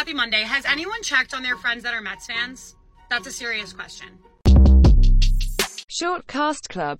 Happy Monday. Has anyone checked on their friends that are Mets fans? That's a serious question. Short Cast Club